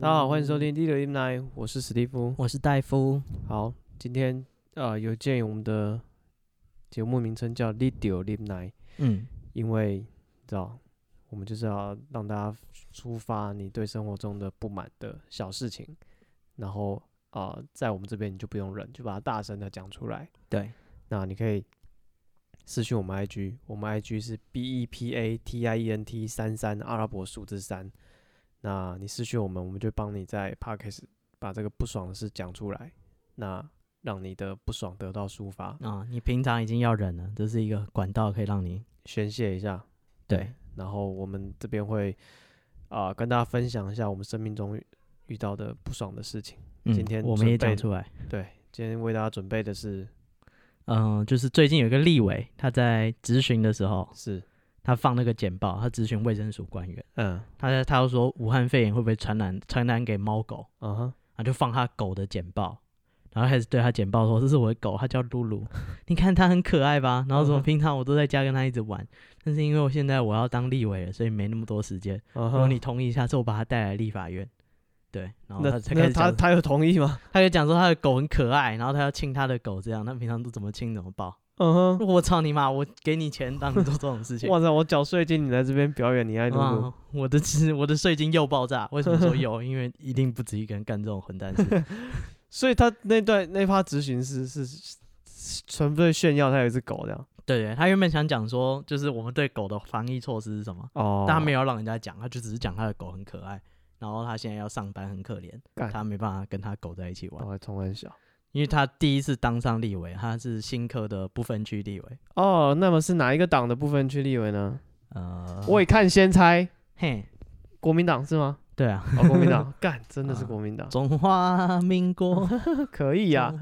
好，欢迎收听《第六 n i 我是史蒂夫。我是戴夫。好，今天呃，有鉴于我们的节目名称叫《第六 n i 嗯，因为你知道，我们就是要让大家抒发你对生活中的不满的小事情，然后啊、呃在我们这边你就不用忍，就把它大声的讲出来。对，那你可以私讯我们 IG，我们 IG 是 B E P A T I E N T 三三阿拉伯数字三。那你私讯我们，我们就帮你在 Podcast 把这个不爽的事讲出来，那让你的不爽得到抒发，啊，你平常已经要忍了，这是一个管道可以让你宣泄一下。对，然后我们这边会啊、跟大家分享一下我们生命中遇遇到的不爽的事情。嗯今天我们也准备讲出来。对，今天为大家准备的是嗯，就是最近有一个立委，他在质询的时候，是他放那个简报，他质询卫生署官员，嗯他在他又说武汉肺炎会不会传染传染给猫狗，嗯哼他就放他狗的简报。然后开始对他简报说：“这是我的狗，它叫露露，你看它很可爱吧？”然后嗯说：“哼平常我都在家跟它一直玩，但是因为我现在我要当立委了，所以没那么多时间。嗯然后哼，你同意一下，之后把它带来立法院。”对，然后那哦他才开那始讲他他有同意吗？他就讲说他的狗很可爱，然后他要亲他的狗，这样他平常都怎么亲怎么抱。嗯哼，我操你妈！我给你钱让你做这种事情，哇塞，我缴税金，你来这边表演，你爱露露，哇！我的是我的税金又爆炸。为什么说有？因为一定不止一个人干这种混蛋事。所以他那段那趴咨询是是是纯粹炫耀他有一只狗这样对 对，他原本想讲说，就是我们对狗的防疫措施是什么，哦但他没有让人家讲，他就只是讲他的狗很可爱。然后他现在要上班，很可怜，干他没办法跟他狗在一起玩我，还冲很小因为他第一次当上立委，他是新科的不分区立委。哦，那么是哪一个党的部分区立委呢？呃，我一看先猜，嘿，国民党是 吗？对啊，哦，国民党 干真的是啊国民党，中华 民国可以啊，中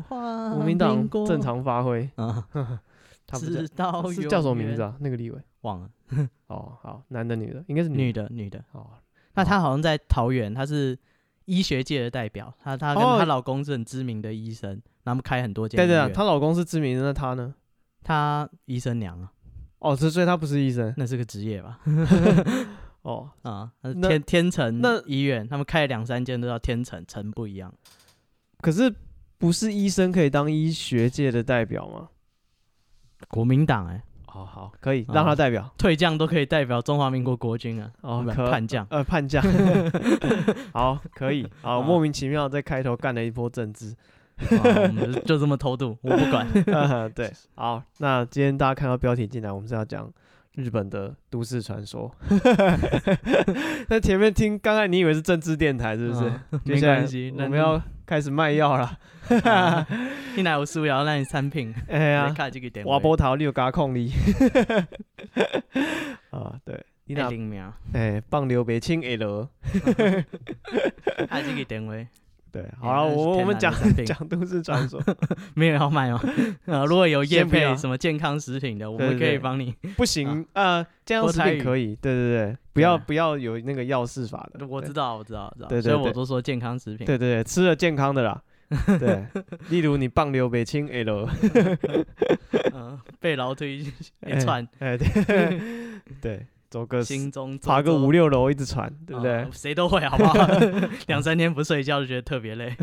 华国民党正常发挥，啊， 他不直到是叫什么永名字远？啊？那个立委忘了，哦，好，男的女的，应该是女的的女的。嗯哦，那她好像在桃园，她是医学界的代表，她她跟哦她老公是很知名的医生，然后他们开很多间对医对啊，院。她老公是知名的，那她呢？她医生娘啊，哦，所以所以她不是医 生那是个职业吧？哦，啊，那是那天天成那医院，他们开了两三间都叫天成，成不一样。可是不是医生可以当医学界的代表吗？国民党哎、哦，好，可以让他啊代表退将都可以代表中华民国国军啊，哦日本可 叛将。呃叛将，好，可以，好，啊莫名其妙在开头干了一波政 治，哦啊我们就 就这么偷渡，我不管。呃对，好，那今天大家看到标题进来，我们是要讲日本的都市传 说。那前面听，刚才你以为是政治电台是不是？啊接没下来关系，我那们要开始卖药 了。啊 一奶有输要让你三瓶，哎你呀，看这个点位。瓦波桃六嘎控力。 啊，对，你爱那零秒，哎棒流别清 L。爱这个点位。对， 好了，哎那是我我们天然的讲产品讲都市传 说，没有要卖哦。 啊，如果有业先不要配什么健康食品的，我对们对可以对帮你。不行，啊呃，这样郭食台品铭可以，对对对，不要对啊不要有那个药事法的，我对知道，我知道，我知道。对对所以对我都说健康食品。对对对，吃了健康的 啦。对，例如你棒流北青 L，嗯，被劳推 一哎串，哎，对 对，走个心中爬个五六，六楼一直传，对不啊对？谁都会，好 不好？两三天不睡觉就觉得特别累。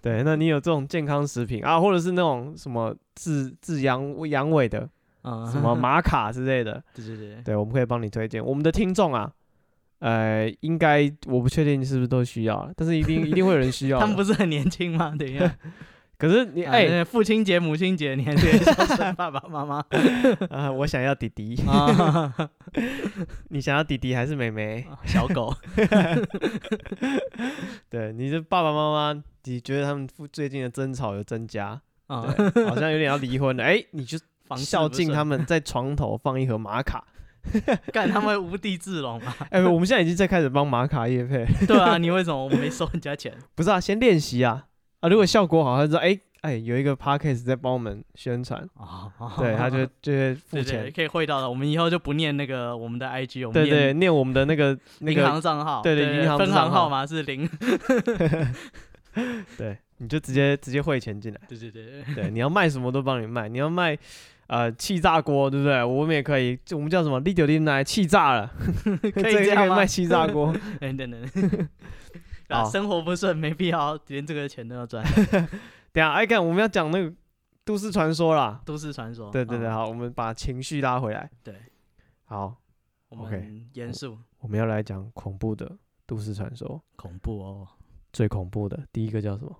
对，那你有这种健康食品啊，或者是那种什么治治阳阳痿的，嗯，什 么？玛卡之类的，对对对，对，我们可以帮你推荐。我们的听众啊，呃，应该我不确定是不是都需要，但是一定一定会有人需要的。 他们不是很年 轻吗？等一下，可是你啊哎，那父亲节、母亲节，你 还是孝顺爸爸妈妈啊，我想要弟弟，啊？你想要弟弟还是妹妹？ 小狗，对，你的爸爸妈妈，你觉得他们夫最近的争吵有增加？啊，对，好像有点要离婚了。 哎，你就房事孝不敬顺他们，在床头放一盒玛 卡。干他们无地自容啊！哎，我们现在已经在开始帮玛卡叶配，对啊，你为什么没收人家钱？不是啊，先练习啊啊！如果效果好，他就说哎哎，有一个 podcast 在帮我们宣传，啊，对，他 就就会付对对，钱。可以汇到的。我们以后就不念那个我们的 IG，我们对对，念念我们的那 个那银个，行账号，对对银行分账行号号码是零。 对，你就直接直接汇钱进来。对对对，对，你要卖什么都帮你卖，你要卖呃气炸锅，对不对？我们也可以，就我们叫什么 l i t t l 奶气炸了， 可以这个这样吗哎卖气炸 锅。等等等， 啊，好生活不顺，没必要连这个钱都要赚。等一下，哎，看我们要讲那个都市传说啦。都市传说，对对对，嗯好，我们把情绪拉回来。对，好，我 OK，们严肃我们要来讲恐怖的都市传说，恐怖哦。最恐怖的第一个叫什 么？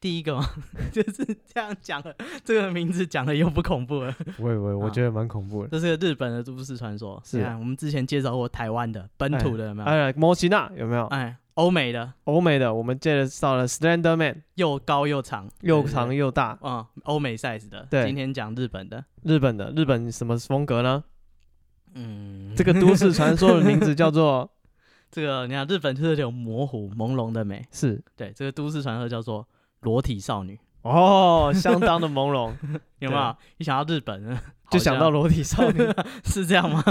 第一个嘛 就是这样讲了，这个名字讲了又不恐怖了。 我以为我啊觉得蛮恐怖的。这是个日本的都市传说，是你看我们之前介绍过台湾的本土的有没有？哎，摩西娜有没有？哎，欧美的欧美的，我们介绍了 Slender Man，又高又长，又对长，又大对。对嗯，欧美 size 的。对今天讲日本的，日本的，日本什么风格呢？嗯，这个都市传说的名字叫 做这个你看日本就是有模糊朦胧的美，是对，这个都市传说叫做裸体少女，哦，相当的朦胧，有没有？一想到日本， 就想到裸体少女。是这样吗？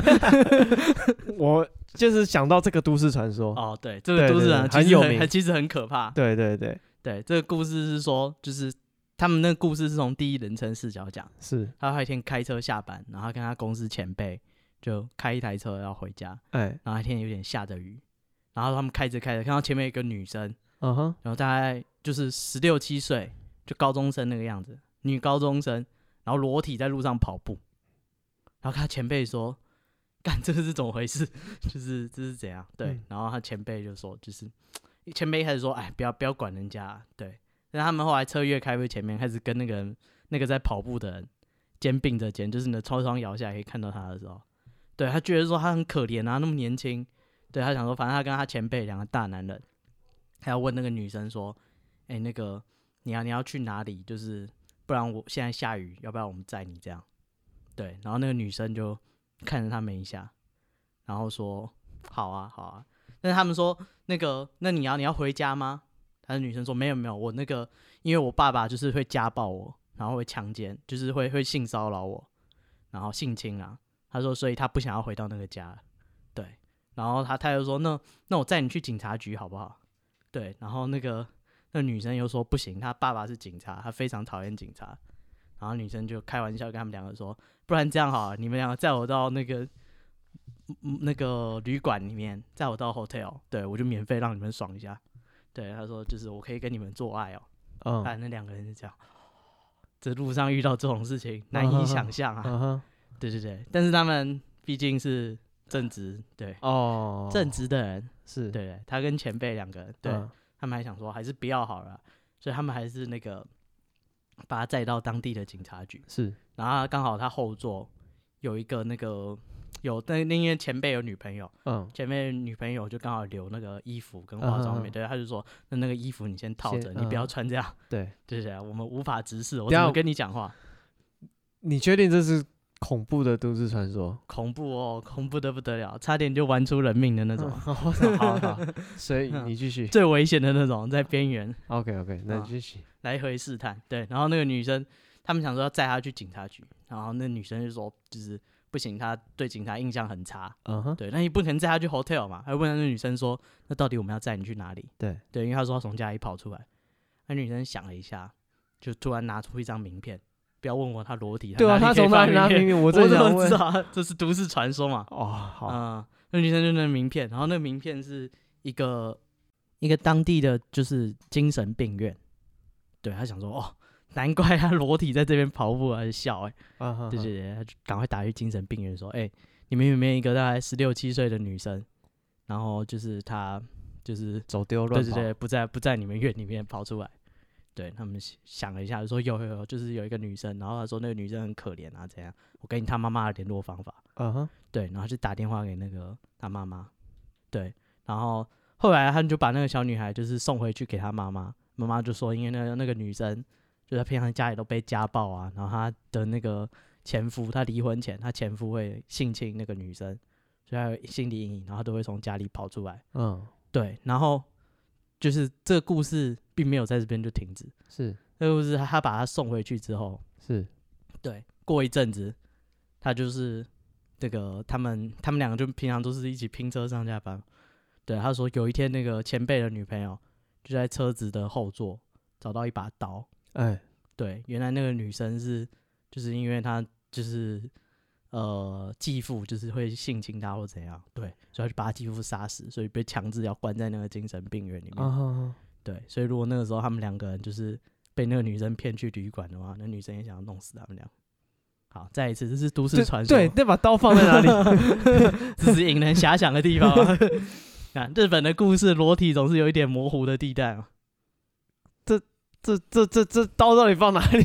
我 就是想到这个都市传说。哦，对，这对个都市对对很传说其实有很名很其实很可怕。对对对，对，这个故事是说，就是他们那个故事是从第一人称视角讲。是，他有一天开车下班，然后他跟他公司前辈就开一台车要回家，哎，然后那天有点下着雨，然后他们开着开着看到前面有一个女生，嗯哼，然后大概就是十六七岁，就高中生那个样子，女高中生，然后裸体在路上跑步，然后他前辈说：“干，这个是怎么回事？ 就是这是怎样？”对，嗯然后他前辈就说：“就是前辈一开始说，哎，不要不要管人家啊，对。”但他们后来车越开越前面，开始跟那个人那个在跑步的人肩并着肩，就是你的超窗摇下来可以看到他的时候，对他觉得说他很可怜啊，那么年轻，对他想说，反正他跟他前辈两个大男人，他要问那个女生说：“哎、那个你要、你要去哪里？就是不然我现在下雨，要不然我们载你这样。”对，然后那个女生就看着他们一下，然后说：“好啊，好啊。”但是他们说：“那个，那你要你要回家吗？”他的女生说：“没有没有，我那个因为我爸爸就是会家暴我，然后会强奸，就是会会性骚扰我，然后性侵啊。”他说：“所以他不想要回到那个家了。”对，然后他他又说：“那那我载你去警察局好不好？”对，然后那个那女生又说不行，她爸爸是警察，她非常讨厌警察。然后女生就开玩笑跟他们两个说，不然这样好了，你们两个载我到那个嗯那个旅馆里面，载我到 hotel，对我就免费让你们爽一下。对，他说就是我可以跟你们做爱哦。嗯，看那两个人是这样，这路上遇到这种事情难以想象啊。嗯哼，对对对，但是他们毕竟是正直，对哦，啊正直的人，是，对他跟前辈两个人，对，嗯他们还想说还是不要好了，所以他们还是那个把他载到当地的警察局，是，然后刚好他后座有一个那个有那那因为前辈有女朋友，嗯，前辈女朋友就刚好留那个衣服跟化嗯妆嗯品，嗯对，他就说那那个衣服你先套着，先你不要嗯穿这样， 对，对对对，我们无法直视，我等怎下么跟你讲话？你确定这是恐怖的都市传说？恐怖哦，恐怖的不得了，差点就玩出人命的那种，嗯 嗯好好 好，所以你继续。最危险的那种，在边缘。 OK OK，那啊你继续。来回试探，对。然后那个女生，他们想说要载她去警察局，然后那女生就说，就是不行，她对警察印象很差，嗯哼，对。那你不可能载她去 hotel 嘛？还问那女生说，那到底我们要载你去哪里？对对，因为她说她从家里跑出来。那女生想了一下，就突然拿出一张名片，不要问我她裸体，对啊，他哪里可以从哪里放拿名明片？明我我正怎想么问知。道？这是都市传说嘛？哦，好，嗯，那女生就那名片，然后那名片是一个一个当地的就是精神病院，对他想说哦，难怪他裸体在这边跑步，还笑哎、嗯哼，对对对，他就赶快打去精神病院说，哎、你们有没有一个大概十六七岁的女生，然后就是她就是走丢对乱对跑。对，不在不在你们院里面跑出来。对他们想想了一下，就说有有有，就是有一个女生，然后他说那个女生很可怜啊，怎样？我给你她妈妈的联络方法，嗯哼，对，然后就打电话给那个他妈妈，对，然后后来他们就把那个小女孩就是送回去给他妈妈，妈妈就说因为那个那个女生就是她平常家里都被家暴啊，然后她的那个前夫，她离婚前她前夫会性侵那个女生，所以她有心理阴影，然后她都会从家里跑出来，嗯，对，然后就是这个故事并没有在这边就停止，是这个故事他把她送回去之后，是，对，过一阵子，他就是这个他们他们两个就平常都是一起拼车上下班。对，他说有一天那个前辈的女朋友就在车子的后座找到一把刀。哎，对，原来那个女生是就是因为她就是呃继父就是会性侵他或怎样，对，所以他就把他继父杀死，所以被强制要关在那个精神病院里面。啊哈哈，对，所以如果那个时候他们两个人就是被那个女生骗去旅馆的话，那女生也想要弄死他们俩。好，再一次，这是都市对传说，对，那把刀放在哪里？ 这是引人遐想的地方啊。 那日本的故事，裸体总是有一点模糊的地带啊。这这这这刀到底放哪 里？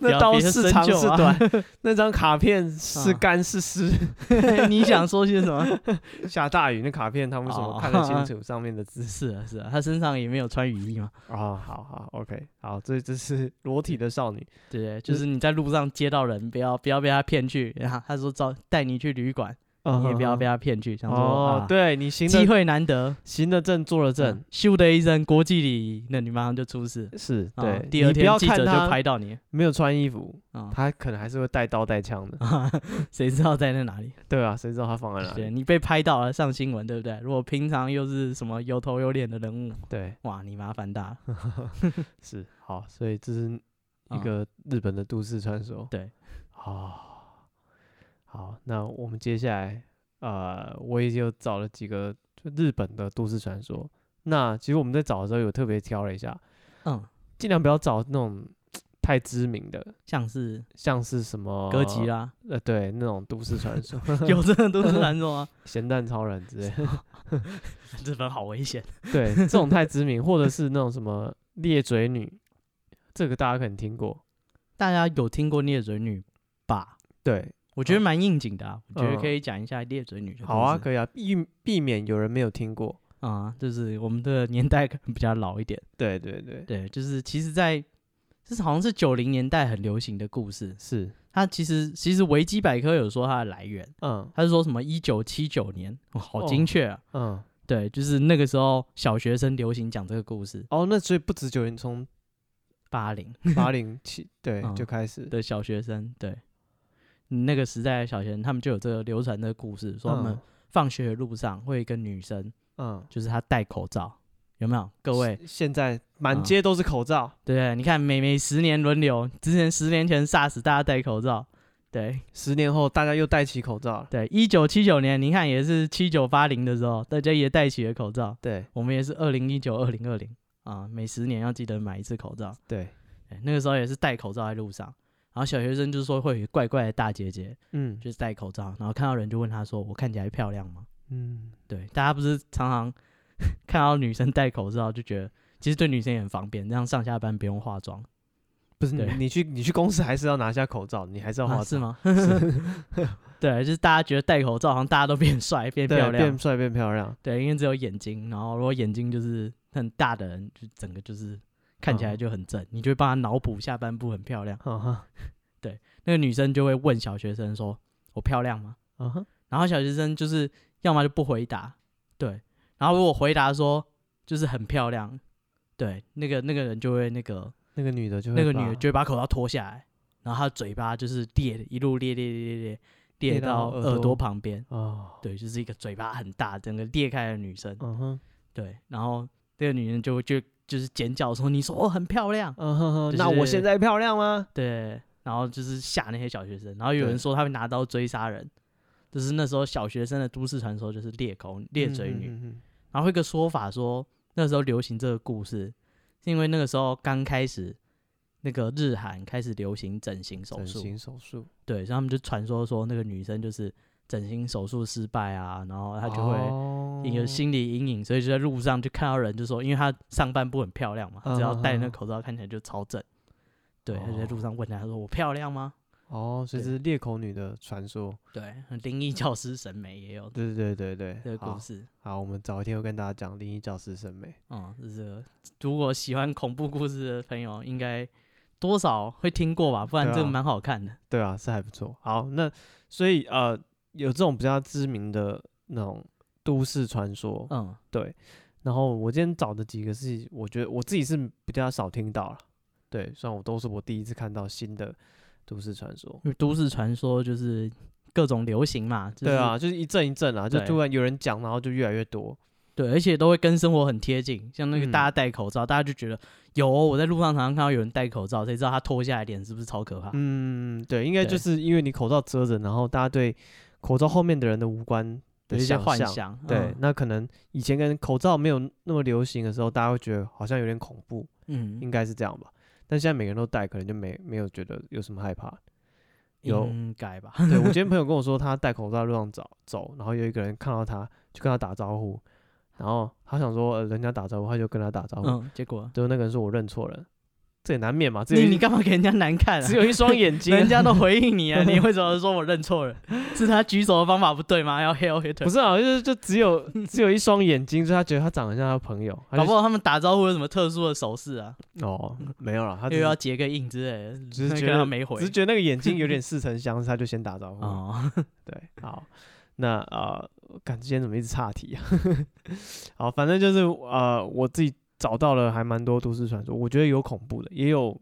那刀是长是啊短？那张卡片是干是湿？ 你想说些什么？下大雨，那卡片他们怎哦么看得清 楚上面的字？是啊，是啊，他身上也没有穿雨衣嘛。哦，好好，OK，好，这这是裸体的少女，对，就是你在路上接到人，不要不要被他骗去。 然后他说招带你去旅馆，你也不要被他骗去。想说啊嗯哦啊，，对你行机的会难得，行的正，坐的正嗯，咻的一声，国际礼仪，那你马上就出事。是啊对。第二你不要天记看者他就拍到你没有穿衣服，啊，他可能还是会带刀带枪的， 谁知道在那哪里？对啊，谁知道他放在哪对里？你被拍到了上新闻，对不对？如果平常又是什么有头有脸的人物，对，哇，你麻烦大了。是好，所以这是 一啊个日本的都市传说。对，好，好，那我们接下来，呃，我也就找了几个就日本的都市传说。那其实我们在找的时候有特别挑了一下，嗯，尽量不要找那种太知名的，像是像是什么哥 吉，拉，呃，对，那种都市传说，有这种都市传说 吗？咸蛋超人之类的，日本好危险。对，这种太知名，或者是那种什么裂嘴女，这个大家可能听过， 大家有听过裂嘴女吧？对，我觉得蛮应景的啊，我觉得嗯可以讲一下裂嘴女的故事。好啊，可以啊，避避免有人没有听过。啊，就是我们的年代可能比较老一点。对对对，对，就是其实在，这是好像是九零年代很流行的故事。是，它其实其实维基百科有说它的来源，嗯它是说什么一九七九年，哇好哦精确啊。嗯，对，就是那个时候小学生流行讲这个故事，哦，那所以不止九零， 从八 零八零起对嗯就开始，的小学生，对，那个时代的小学生，他们就有这个流传的故事，说他们嗯放学的路上会有一个女生，嗯，就是她戴口罩，有没有？各位，现在满嗯街都是口罩，对不对，你看每每十年轮流，之前十年前 SARS 大家戴口罩，对十年后大家又戴起口罩了，对，一九七九年你看也是七九八零的时候，大家也戴起了口罩，对我们也是二零一九二零二零啊，每十年要记得买一次口罩。对，对，那个时候也是戴口罩在路上，然后小学生就说会有一个怪怪的大姐姐，嗯就是戴口罩，然后看到人就问她说：“我看起来漂亮吗嗯，？”对，大家不是常常 看到女生戴口罩就觉得，其实对女生也很方便，这样上下班不用化妆，不是你对你去你去公司还是要拿下口罩，你还是要啊化是妆， 吗？ 对，就是大家觉得戴口罩好像大家都变帅变漂对，亮变，帅变漂亮，对，因为只有眼睛，然后如果眼睛就是很大的人，就整个就是看起来嗯就很正，你就会帮他脑补下半部很漂亮。啊哈那个女生就会问小学生说：“我漂亮吗？”啊哈，然后小学生就是要么就不回答，对，然后如果回答说就是很漂亮，对，那个那个人就会那个那个女的就那个把女的就会把口罩脱下来，然后她嘴巴就是裂，一路裂裂裂裂裂裂裂到到耳耳朵朵旁边，哦，对，就是一个嘴巴很大整个裂开的女生，嗯哼对，然后那个女人就会就就是尖叫说你说我很漂亮，嗯哼哼，那就是我现在漂亮吗？对，然后就是吓那些小学生，然后有人对说他会拿刀追杀人，就是那时候小学生的都市传说就是裂口裂嘴女。嗯，嗯嗯然后会有一个说法说，那时候流行这个故事，是因为那个时候刚开始，那个日韩开始流行整形手整术，形手术，对，所以他们就传说说那个女生就是整形手术失败啊，然后她就哦会会有心理阴影，所以就在路上就看到人就说，因为她上半部很漂亮嘛，她只要戴嗯那嗯嗯口罩看起来就超正，对，她就在路上问她说我漂亮吗？哦，所以对这是裂口女的传说。对，呃灵异教师审美也有对对对对这对，个故好，事。好，我们早一天会跟大家讲灵异教师审美。嗯，这个如果喜欢恐怖故事的朋友，应该多少会听过吧？不然对啊这个蛮好看的。对啊，是还不错。好，那所以呃，有这种比较知名的那种都市传说，嗯，对。然后我今天找的几个是，我觉得我自己是比较少听到了。对，虽然我都是我第一次看到新的都市传说。因为都市传说就是各种流行嘛。就是、对啊，就是一阵一阵啊，就对突然有人讲，然后就越来越多。对，而且都会跟生活很贴近，像那个嗯大家戴口罩，大家就觉得有哦、我在路上常常看到有人戴口罩，谁知道他脱下来脸是不是超可怕？嗯，对，应该就对是因为你口罩遮着，然后大家对口罩后面的人的五官的有一些想幻象想，对，嗯那可能以前跟口罩没有那么流行的时候，大家会觉得好像有点恐怖，嗯，应该是这样吧。但现在每个人都戴，可能就没没有觉得有什么害 怕。有应该吧？对我今天朋友跟我说，他戴口罩在路上走走，然后有一个人看到他，就跟他打招呼，然后他想说、呃、人家打招呼，他就跟他打招呼，嗯，结果结果那个人说我认错人，这也难免嘛，只有你一你干嘛给人家难看啊只？有一双眼睛啊， 人家都回应 你啊，你为什么说我认错了？是他举手的方法不对吗？要 hail hater？不是啊，就是就只有只有一双眼睛，所以他觉得他长得像他朋友，他搞就不好他们打招呼有什么特殊的手势啊，哦没有了，他只又是要截个印之类的，只是那觉个得他没回只是觉得那个眼 睛有点似曾相识，他就先打招呼。哦，对，好，那呃，感觉今天怎么一直岔题啊？ 好，反正就是呃，我自己找到了还蛮多都市传说，我觉得有恐怖的，也有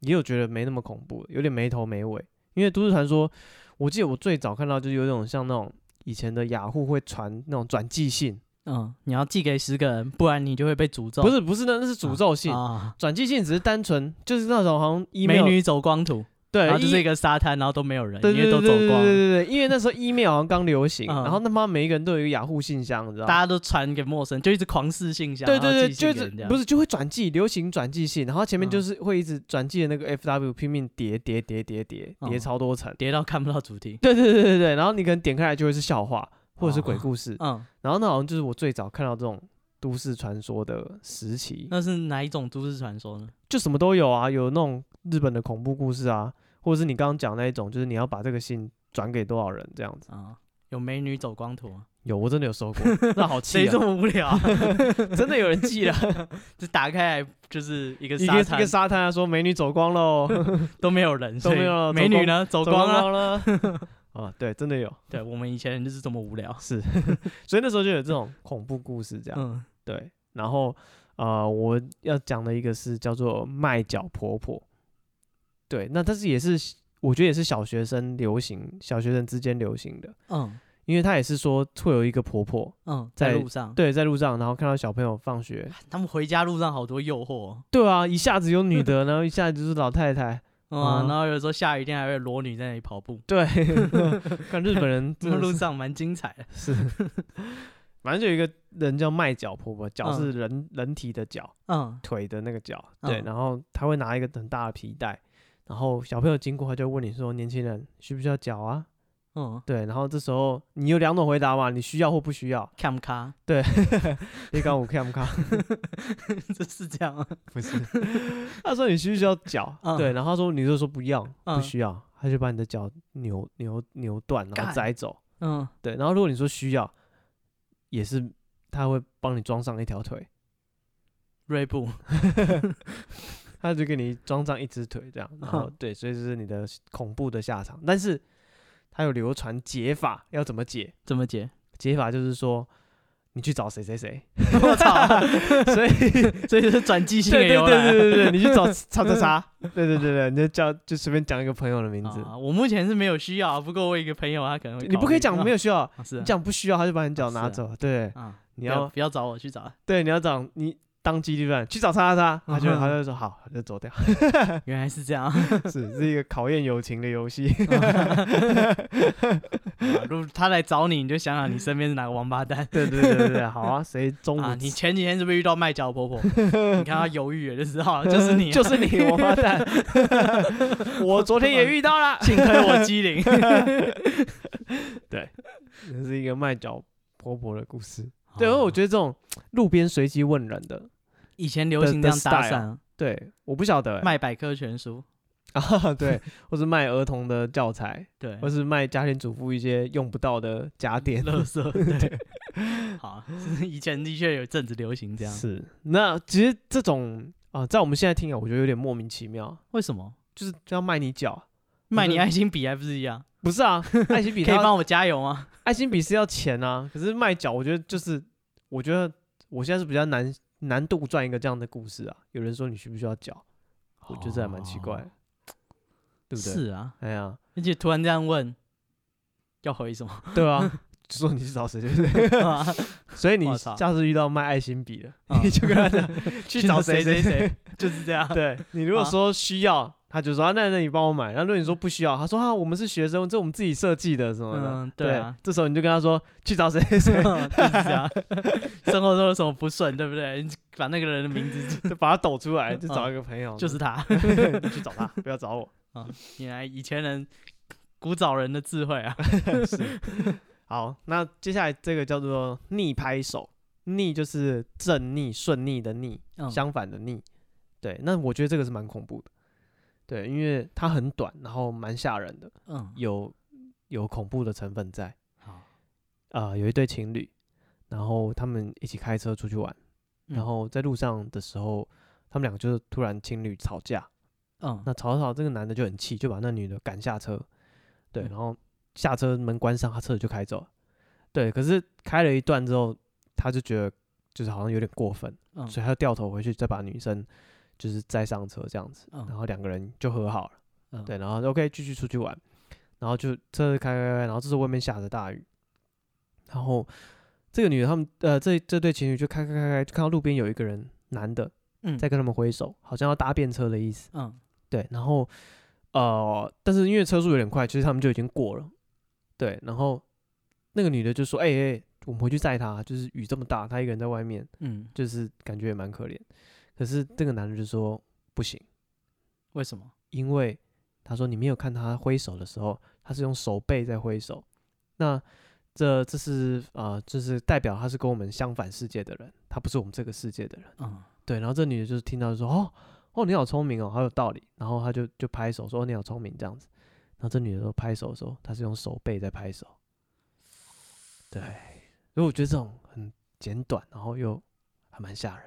也有觉得没那么恐怖的，有点没头没尾。因为都市传说，我记得我最早看到就是有一种像那种以前的雅虎会传那种转寄信，嗯，你要寄给十个人，不然你就会被诅咒。不是不是那那是诅咒信，啊，转寄信只是单纯就是那种好像美 email 女走光图，对然后就 e- 是一个沙滩，然后都没有人，对因对为都对走对对光了，对对，因为那时候 email 好像刚流行，嗯然后他妈每一个人都有一个雅虎信箱，你知道大吗？家都传给陌生，就一直狂试信箱，对对对，就然后寄信给是人家不是就会转寄流行转寄信，然后前面嗯就是会一直转寄的那个 FW 拼命叠叠叠叠叠叠嗯超多层，叠到看不到主题。对对对对对，然后你可能点开来就会是笑话或者是鬼哦故事，嗯，然后那好像就是我最早看到这种都市传说的时期，那是哪一种都市传说呢？就什么都有啊，有那种日本的恐怖故事啊，或者是你刚刚讲那一种，就是你要把这个信转给多少人这样子，啊，有美女走光图吗？有我真的有 收过，那好气谁啊这，么无聊 啊？真的有人寄了。 就打开来就是一个一个沙一滩个，沙滩啊，说美女 走光喽，都没有人，都没有了所以美走光女呢走走光了。光了。 啊，对，真的有，对我们以前人就是这么无聊。是，所以那时候就有这种恐怖故事这样。嗯，对，然后呃，我要讲的一个是叫做卖脚婆婆，对，那但是也是我觉得也是小学生流行，小学生之间流行的，嗯因为他也是说会有一个婆婆，嗯，在在路上，对，在路上，然后看到小朋友放学，他们回家路上好多诱惑哦。对啊，一下子有女的，然后一下子就是老太太，嗯啊嗯然后有时候下雨天还会有裸女在那里跑步， 对，看日本人这 真的路是上蛮精彩的。是， 反正就有一个人叫卖脚婆婆，脚嗯是人、人体的脚， 嗯腿的那个脚，对，嗯然后他会拿一个很大的皮带，然后小朋友经过，他就问你说：“年轻人需不需要脚啊嗯？”，对，然后这时候你有两种回答嘛，你需要或不需要。看不卡，你刚我看不看？这 是这样啊。 不 是，他说你需不需要脚？嗯对，然后他说你就说不要，不嗯需要，他就把你的脚扭扭扭断，然后干摘走。嗯，对，然后如果你说需要，也是他会帮你装上一条腿。锐步，他就给你装上一只腿这样，然后对，所以这是你的恐怖的下场。但是他有流传解法，要怎么解？怎么 解？解法就是说，你去找谁谁 谁，我操！所以所以就是转机性对对对的由来对啊。对 对，你去找叉叉叉，对对对对，你就叫就随便讲一个朋友的名字，啊，我目前是没有需要，不过我有一个朋友他可能会你不可以讲没有，有 需要，啊是你啊讲不需要他就把你脚啊是啊拿走，对，啊，你不要不要找我去找，对你要找你当机立断去找叉叉叉，他 就嗯哼他就说好，他就走 掉，原来是这样 啊。是是一个考验友情的游戏。哦啊如果他来找你，你就想想你身边是哪个王八 蛋 对对对对对，好啊， 谁中午啊！你前几天是不是遇到卖脚婆婆？你看她犹豫了就知道了，就 是你啊、就是 你，王八蛋！我昨天也遇到 了，幸亏我 机灵。 这是一个卖脚婆婆的故事。对，对，因为我我觉觉得得这种 路边随机问人的，以前流行这样搭讪啊，对，我不晓得、欸、卖百科全书，啊， 对，或是卖儿童的教材，对，或是卖家庭主妇一些用不到的家电。乐色，对，好， 是以前的确有一阵子流行这样，是，那其实这种啊、在我们现在听啊，我觉得有点莫名其妙，为什么？就是要卖你脚，卖你不是爱心笔还不是一样？不是啊？爱 心笔可以它帮我加油吗？爱心笔是要钱啊，可是卖脚，我觉得就是，我觉得我现在是比较难难度赚一个这样的故事啊。有人说你需不需要脚，我觉得这还蛮奇怪的，对不对？，哦是啊，哎呀，而且突然这样问，要回什么？对啊，就说你去找谁，对不对？啊所以你我操下次遇到卖爱心笔的，啊你就跟他讲去找谁谁谁。，就是 这样。对你如果啊说需要，他就说啊，那那你帮我买。然后如果你说不需要，他说啊，我们是学生，这我们自己设计的什么的。嗯对对啊，这时候你就跟他说去找 谁谁谁，就是这样。生活中有什么不顺，对不对？你把那个人的名字就把他抖出来，就找一个朋友，就是他。你去找他，不要找 我。原来以前人古早人的智慧啊， 是，好，那接下来这个叫做逆拍手，逆就是正逆、顺逆的逆，嗯相反的逆。对，那我觉得这个是蛮恐怖的，对，因为它很短，然后蛮吓人的，嗯，有有恐怖的成分在。好，啊，有一对情侣，然后他们一起开车出去玩，嗯然后在路上的时候，他们两个就是突然情侣吵架，嗯那吵着吵着这个男的就很气，就把那女的赶下车，对，嗯然后下车门关上，他车子就开走了，对，可是开了一段之后，他就觉得就是好像有点过分，嗯所以他就掉头回去再把女生就是再上车这样子，嗯然后两个人就和好了。嗯对，然后就 OK 继续出去玩，然后就车子开开开，然后这时候外面下着大雨，然后这个女的他们呃这这对情侣就开开开开，就看到路边有一个人男的嗯在跟他们挥手，好像要搭便车的意思。嗯对，然后呃，但是因为车速有点快，其实他们就已经过了。对，然后那个女的就说：“哎、哎、我们回去载她，就是雨这么大，她一个人在外面，嗯，就是感觉也蛮可怜。”可是这个男的就说：“不行。”为什么？因为他说你没有看他挥手的时候，他是用手背在挥手，那这这是啊，就是代表他是跟我们相反世界的人，他不是我们这个世界的人。嗯对，然后这女的就是听到就说哦哦你好聪明哦，好有道理，然后他就就拍手说、哦、你好聪明这样子，然后这女的说拍手的时候，她是用手背在拍手，对，所以我觉得这种很简短，然后又还蛮吓人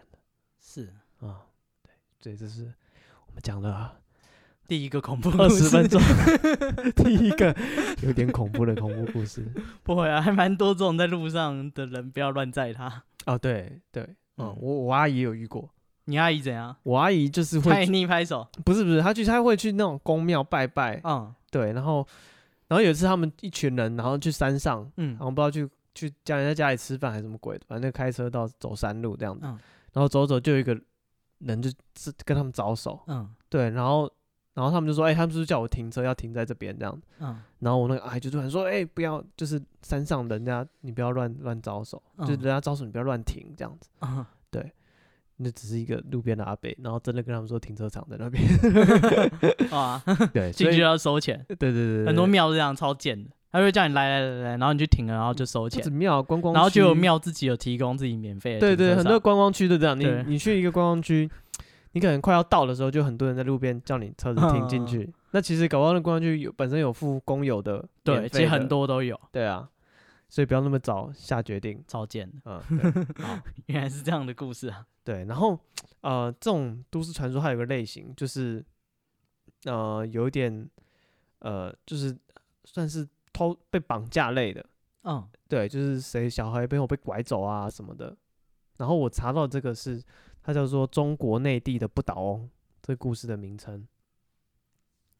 是的啊、对，所以这是我们讲的、啊第一个恐怖二故十事分，钟，第一个 有点恐怖的恐怖故事。 不会啊，还蛮多这种在路上的人，不要乱载他。哦，对对，嗯嗯，我我阿姨也有遇过，你阿姨怎样？我阿姨就是她也会去，逆拍手，不是不是，她去她会去那种宫庙拜拜，嗯对，然后然后有一次他们一群人，然后去山上，然嗯后不知道去去家人家家里吃饭还是什么鬼的，反正开车到走山路这样子，嗯然后走走就有一个人就是跟他们招手，嗯对，然后然后他们就说，哎、他们是不是叫我停车要停在这边这样子嗯，然后我那个阿姨就突然说：“哎、不要，就是山上人家，你不要乱乱招手，就是人嗯家招手你不要乱停这样子。嗯 那只是一个路边的阿伯，然后真的跟他们说停车场在那边。哇， 对，进所以去要收钱，对对对对，很多对庙是这样超贱的，他会叫你来来来来，然后你去停了，然后就收不钱止，庙观光，然后就有。庙自己有提供自己免费的对停车对，场，很多观光区都这样。你对你去一个观光区，你可能快要到的时候，就很多人在路边叫你车子停进去。嗯那其实搞不好那观光区有本身有附公有的，对，其实很。多都有，对啊，所以不要那么早下决定。超贱的，嗯， 对原来是这样的故事啊，对，然后呃，这种都市传说还有个类型，就是呃，有一点呃，就是算是偷被绑架类的，嗯对，就是谁小孩被我被拐走啊什么的。然后我查到这个是它叫做中国内地的不倒翁，这故事的名称。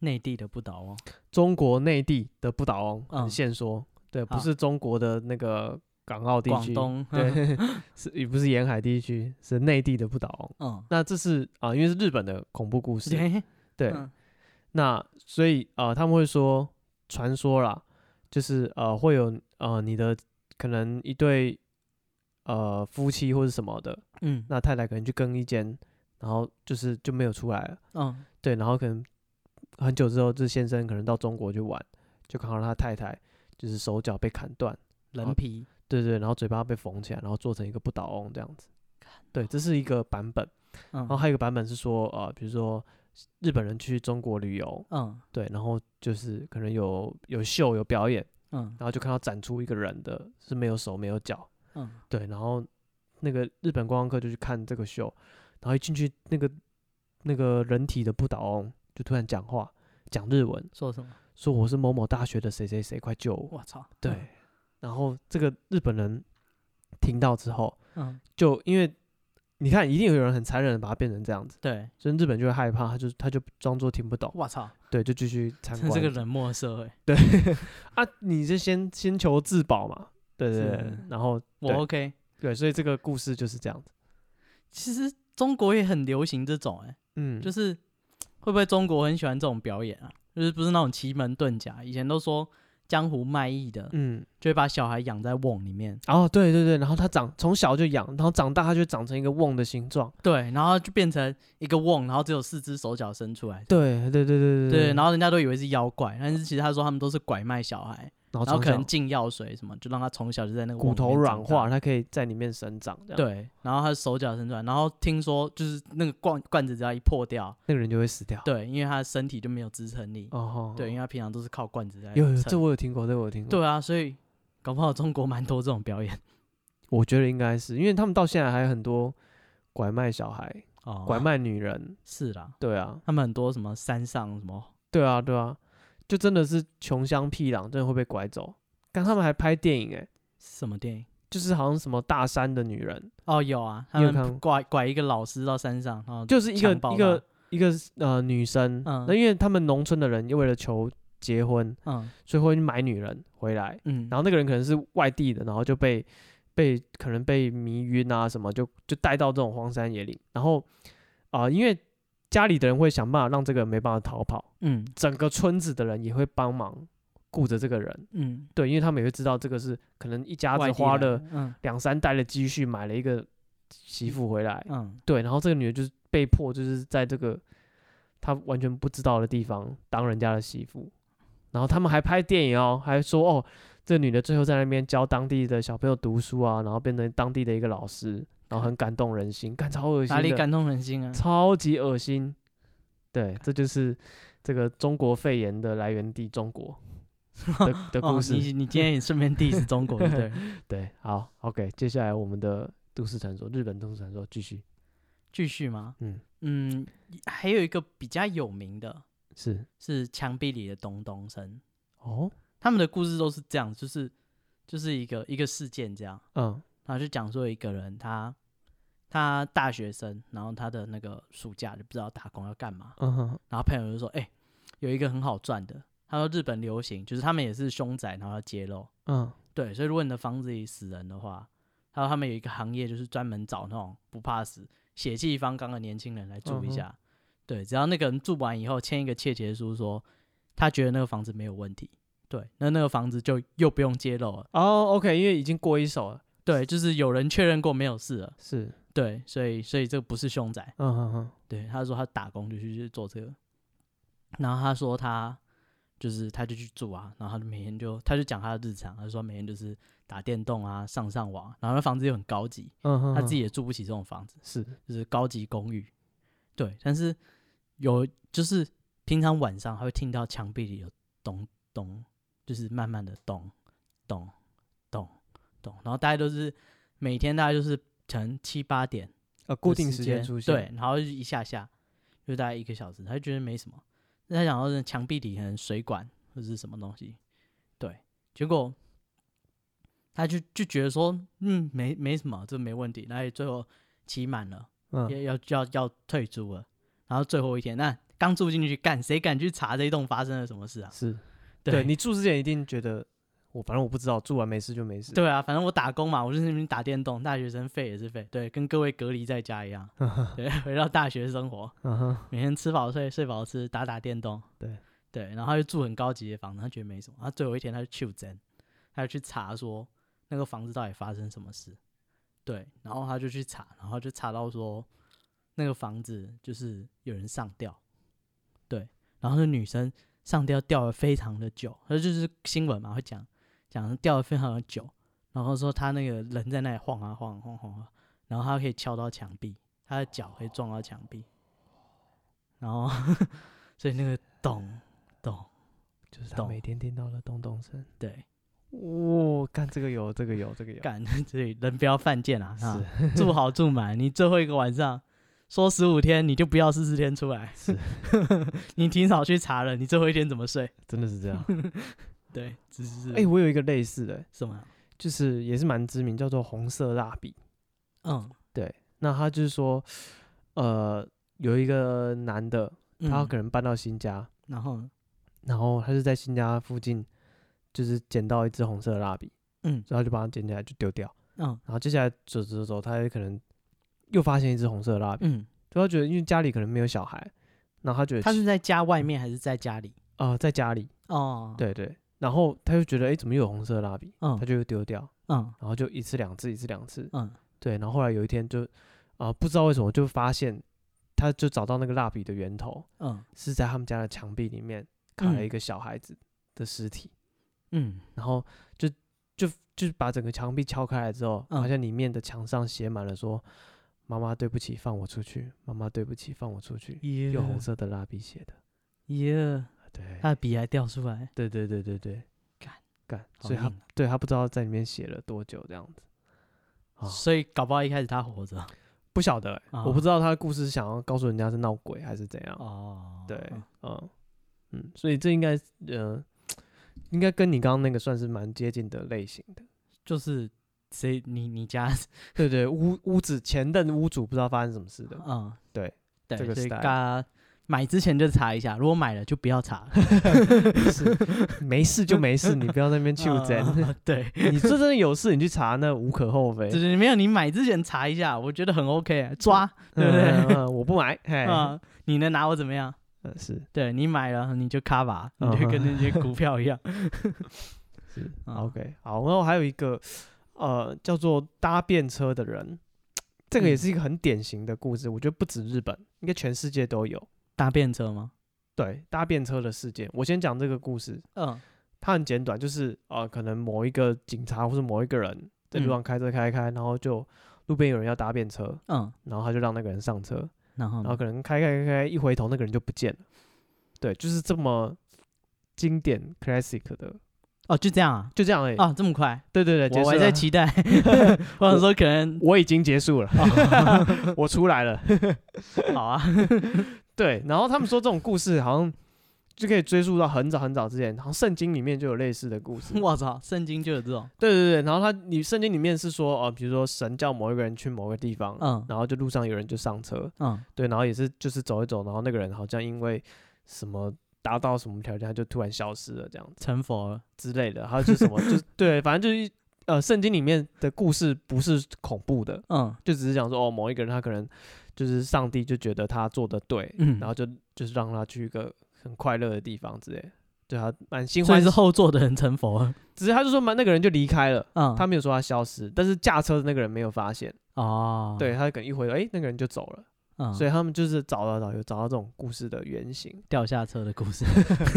内地的不倒翁，哦中国内地的不倒翁，嗯很现说，对，不好是中国的那个港澳地广区，东，对，是也不是沿海地区，是内地的不倒翁。嗯，那这是啊、因为是日本的恐怖故事，对，对，嗯那所以呃，他们会说传说啦，就是呃会有呃你的可能一对呃夫妻或者什么的，嗯那太太可能去更衣间，然后就是就没有出来了，嗯对，然后可能很久之后，这先生可能到中国去玩，就看到他太太就是手脚被砍断，人皮，对对，然后嘴巴被缝起来，然后做成一个不倒翁这样子，对，这是一个版本，嗯然哦后还有一个版本是说呃，比如说日本人去中国旅游，嗯对，然后就是可能有有秀有表演，嗯然后就看到展出一个人的是没有手没有脚，嗯对，然后那个日本观光客就去看这个秀，然后一进去那个那个人体的不倒翁就突然讲话讲日文，说什么？说我是某某大学的谁谁谁，快救我！我操，对，然后这个日本人听到之后，嗯，嗯，就因为你看一定有人很残忍的把它变成这样子，对，所以日本就会害怕，他就他就装作听不懂，我操，对，就继续参真观。是个冷漠的社会，啊，你就先先求自保嘛，对对对是，然后我 OK，对，所以这个故事就是这样子。其实中国也很流行这种、欸，哎，嗯，就是是会不会中国很喜欢这种表演啊？就是不是那种奇门遁甲，以前都说江湖卖艺的，嗯，就会把小孩养在瓮里面，哦，对对对，然后它长从小就养，然后长大它就长成一个瓮的形状。对，然后就变成一个瓮，然后只有四只手脚伸出来，对对对对对，后然后人家都以为是妖怪，但是其实他说他们都是拐卖小孩，然后哦然后从可能小进药水什么，就让他从小就在那个骨瓮里头面软长大化，它可以在里面生长。这样，对，然后他的手脚伸出来，然后听说就是那个罐罐子只要一破掉，那个人就会死掉。对，因为他的身体就没有支撑力，哦，对，因为他平常都是靠罐子在有有撑这我有听过，这我有听过。对啊，所以搞不好中国蛮多这种 表演我觉得应该是因为他们到现在还有很多拐卖小孩、哦，拐卖女人。是啦，对啊，他们很多什么山上什么，对啊，对啊，就真的是穷乡僻壤，真的会被拐走。刚他们还拍电影、欸，什么电影就是好像什么大山的女人，哦有啊，他你有看们过拐拐一个老师到山上，哦然后就是一个强暴一个一个呃女生。嗯那因为他们农村的人又为了求结婚，嗯所以会去买女人回来。嗯，然后那个人可能是外地的，然后就被被可能被迷晕啊什么，就就带到这种荒山野岭。然后啊、呃因为家里的人会想办法让这个人没办法逃跑，嗯整个村子的人也会帮忙顾着这个人。嗯，对，因为他们也会知道这个是可能一家子外地花来的了嗯两三代的积蓄买了一个媳妇回来，嗯对，然后这个女的就是被迫就是在这个她完全不知道的地方当人家的媳妇，然后他们还拍电影哦，还说哦，这个女的最后在那边教当地的小朋友读书啊，然后变成当地的一个老师，然后很感动人心，感超恶心哪里的感动人心啊？超级恶心，对，这就是这个中国肺炎的来源地中 国的的哦故，事，你你今天也顺便 diss 中国对不对？对，好，OK，接下来我们的都市传说，日本都市传说继续，继续吗？嗯嗯，还有一个比较有名的是是墙壁里的咚咚声，哦，他们的故事都是这样，就是就是一个一个事件这样，嗯然后就讲说一个人他他大学生，然后他的那个暑假就不知道打工要干嘛，嗯哼。然后朋友就说，哎、有一个很好赚的，他说日本流行，就是他们也是凶宅，然后要揭露，嗯对，所以如果你的房子里死人的话，还有他们有一个行业就是专门找那种不怕死、血气方刚的年轻人来住嗯一哼下。对，只要那个人住完以后签一个切结书说他觉得那个房子没有问题，对，那那个房子就又不用揭露了。哦、o k 因为已经过一手了，对，就是有人确认过没有事了。是，对，所以所以这个不是凶宅。嗯哼哼，对，他说他打工就去去做这个，然后他说他就是他就去住啊，然后他就每天就他就讲他的日常，他说每天就是打电动啊，上上网，然后那房子又很高级，嗯哼他哼，自己也住不起这种房子，是，就是高级公寓。对，但是有就是平常晚上他会听到墙壁里有咚咚，就是慢慢的咚咚咚咚，然后大概都是每天大概就是可能七八点。呃，的固定时间出现，对，，然后就一下下，就大概一个小时，他就觉得没什么。那他想到是墙壁里可能水管或者是什么东西，对，结果他就就觉得说，嗯，没没什么，这没问题。那最后期满了，要嗯，要要要退租了，然后最后一天，那刚住进去，干谁敢去查这一栋发生了什么事啊？ 是，对你住之前一定觉得，我反正我不知道，住完没事就没事，对啊，反正我打工嘛，我就在那边打电动，大学生废也是废，对，跟各位隔离在 家一样，对，回到大学生活。嗯哼， 每天吃饱睡，睡饱吃，打打电动。对对，然后他就住很高级的房子，他觉得没什么。他最后一天他就去诊，他就去查说那个房子到底发生什么事。对，然后他就去查，然后就查到说那个房子就是有人上吊。对，然后那女生上吊吊了非常的久，那就是新闻嘛会讲讲吊了非常的久，然后说他那个人在那里晃啊晃啊晃啊晃啊，然后他可以敲到墙壁，他的脚可以撞到墙壁。然后所以那个咚咚，就是他懂每天听到的咚咚声，对，哇，哦干这个有，这个有，这个有，干，所以人不要犯贱啊，啊是住好住满，你最后一个晚上。说十五天你就不要四十天出来，是 你挺早去查了，你最后一天怎么睡？真的是这 样。对，只是哎、我有一个类似的、什么？啊就是也是蛮知名，叫做红色蜡笔。嗯，那他就是说，呃，有一个男的，他嗯可能搬到新家，然后呢然后他就在新家附近，就是捡到一支红色的蜡笔，嗯所以他就把它捡起来就丢掉。嗯然后接下来走走走，他有可能又发现一支红色的蜡笔，嗯，就他觉得因为家里可能没有小孩，然后他觉得他奇是在家外面还是在家里？呃在家里，哦，，对对，然后他就觉得哎、诶怎么又有红色的蜡笔，嗯他就又丢掉，嗯然后就一次两次一次两次，嗯对，然后后来有一天就啊、不知道为什么就发现，他就找到那个蜡笔的源头嗯是在他们家的墙壁里面卡了嗯一个小孩子的尸体，嗯，然后就就就把整个墙壁敲开来之后，好嗯像里面的墙上写满了说。妈妈，对不起，放我出去！妈妈，对不起，放我出去！耶嗯用红色的蜡笔写的，耶，对，嗯他的笔还掉出来，对对对对对，干干，好所以他硬啊对他不知道在里面写了多久这样子，啊所以搞不好一开始他活着。不晓得欸、我不啊知道他的故事是想要告诉人家是闹鬼还是怎样，哦，对，嗯嗯，所以这应该呃，应该跟你刚刚那个算是蛮接近的类型的， 就是谁你你家对对，屋屋子前任屋主不知道发生什么事的，嗯，对对，这个所以 style 大家买之前就查一下，如果买了就 不要查，是 没事就没事，你不要在那边求真，嗯对， 你这真的有事你去查那无可厚非就，是没有你买之前查一下，我觉得很 OK，抓对不对嗯？嗯嗯我不买，嘿，啊，你能拿我怎么样？呃是对你买了你就 cover，你嗯就跟那些股票一样， 是嗯 OK，好，然后还有一个呃叫做搭便车的人，这个也嗯是一个很典型的故事，我觉得不止日本，应该全世界都有。搭便车吗？对搭便车的事件，我先讲这个故事，嗯它很简短，就是呃，可能某一个警察或是某一个人在路嗯上开车开开，然后就路边有人要搭便车，嗯，然后他就让那个人上车，然后然呢后可能开开开开，一回头那个人就不见了。对，就是这么经典 classic 的，哦就这样啊，就这样而已。啊这么快，对对对，结我束还在了期待， 我想说可能 我已经结束了，哦我出来了。好啊， 对，然后他们说这种故事好像就可以追溯到很早很早之前，好像圣经里面就有类似的故事。 我操，圣经就有这种，对对对，然后他你圣经里面是说，呃，比如说神叫某一个人去某个地方，嗯然后就路上有人就上车，嗯对，然后也是就是走一走，然后那个人好像因为什么达到什么条件，他就突然消失了这样子成佛了，之类的，还有就是什么， 就是对，反正就是呃，圣经里面的故事不是恐怖的，嗯就只是讲说哦，某一个人他可能就是上帝就觉得他做的对，嗯然后就就是让他去一个很快乐的地方之类的，对他蛮心所欢以是喜，后座的人成佛了，只是他就说嘛，那个人就离开了。嗯，他没有说他消失，但是驾车的那个人没有发现，哦，对他可能一回头，哎、那个人就走了，嗯，所以他们就是找到找有找到这种故事的原 型，掉下车的故事，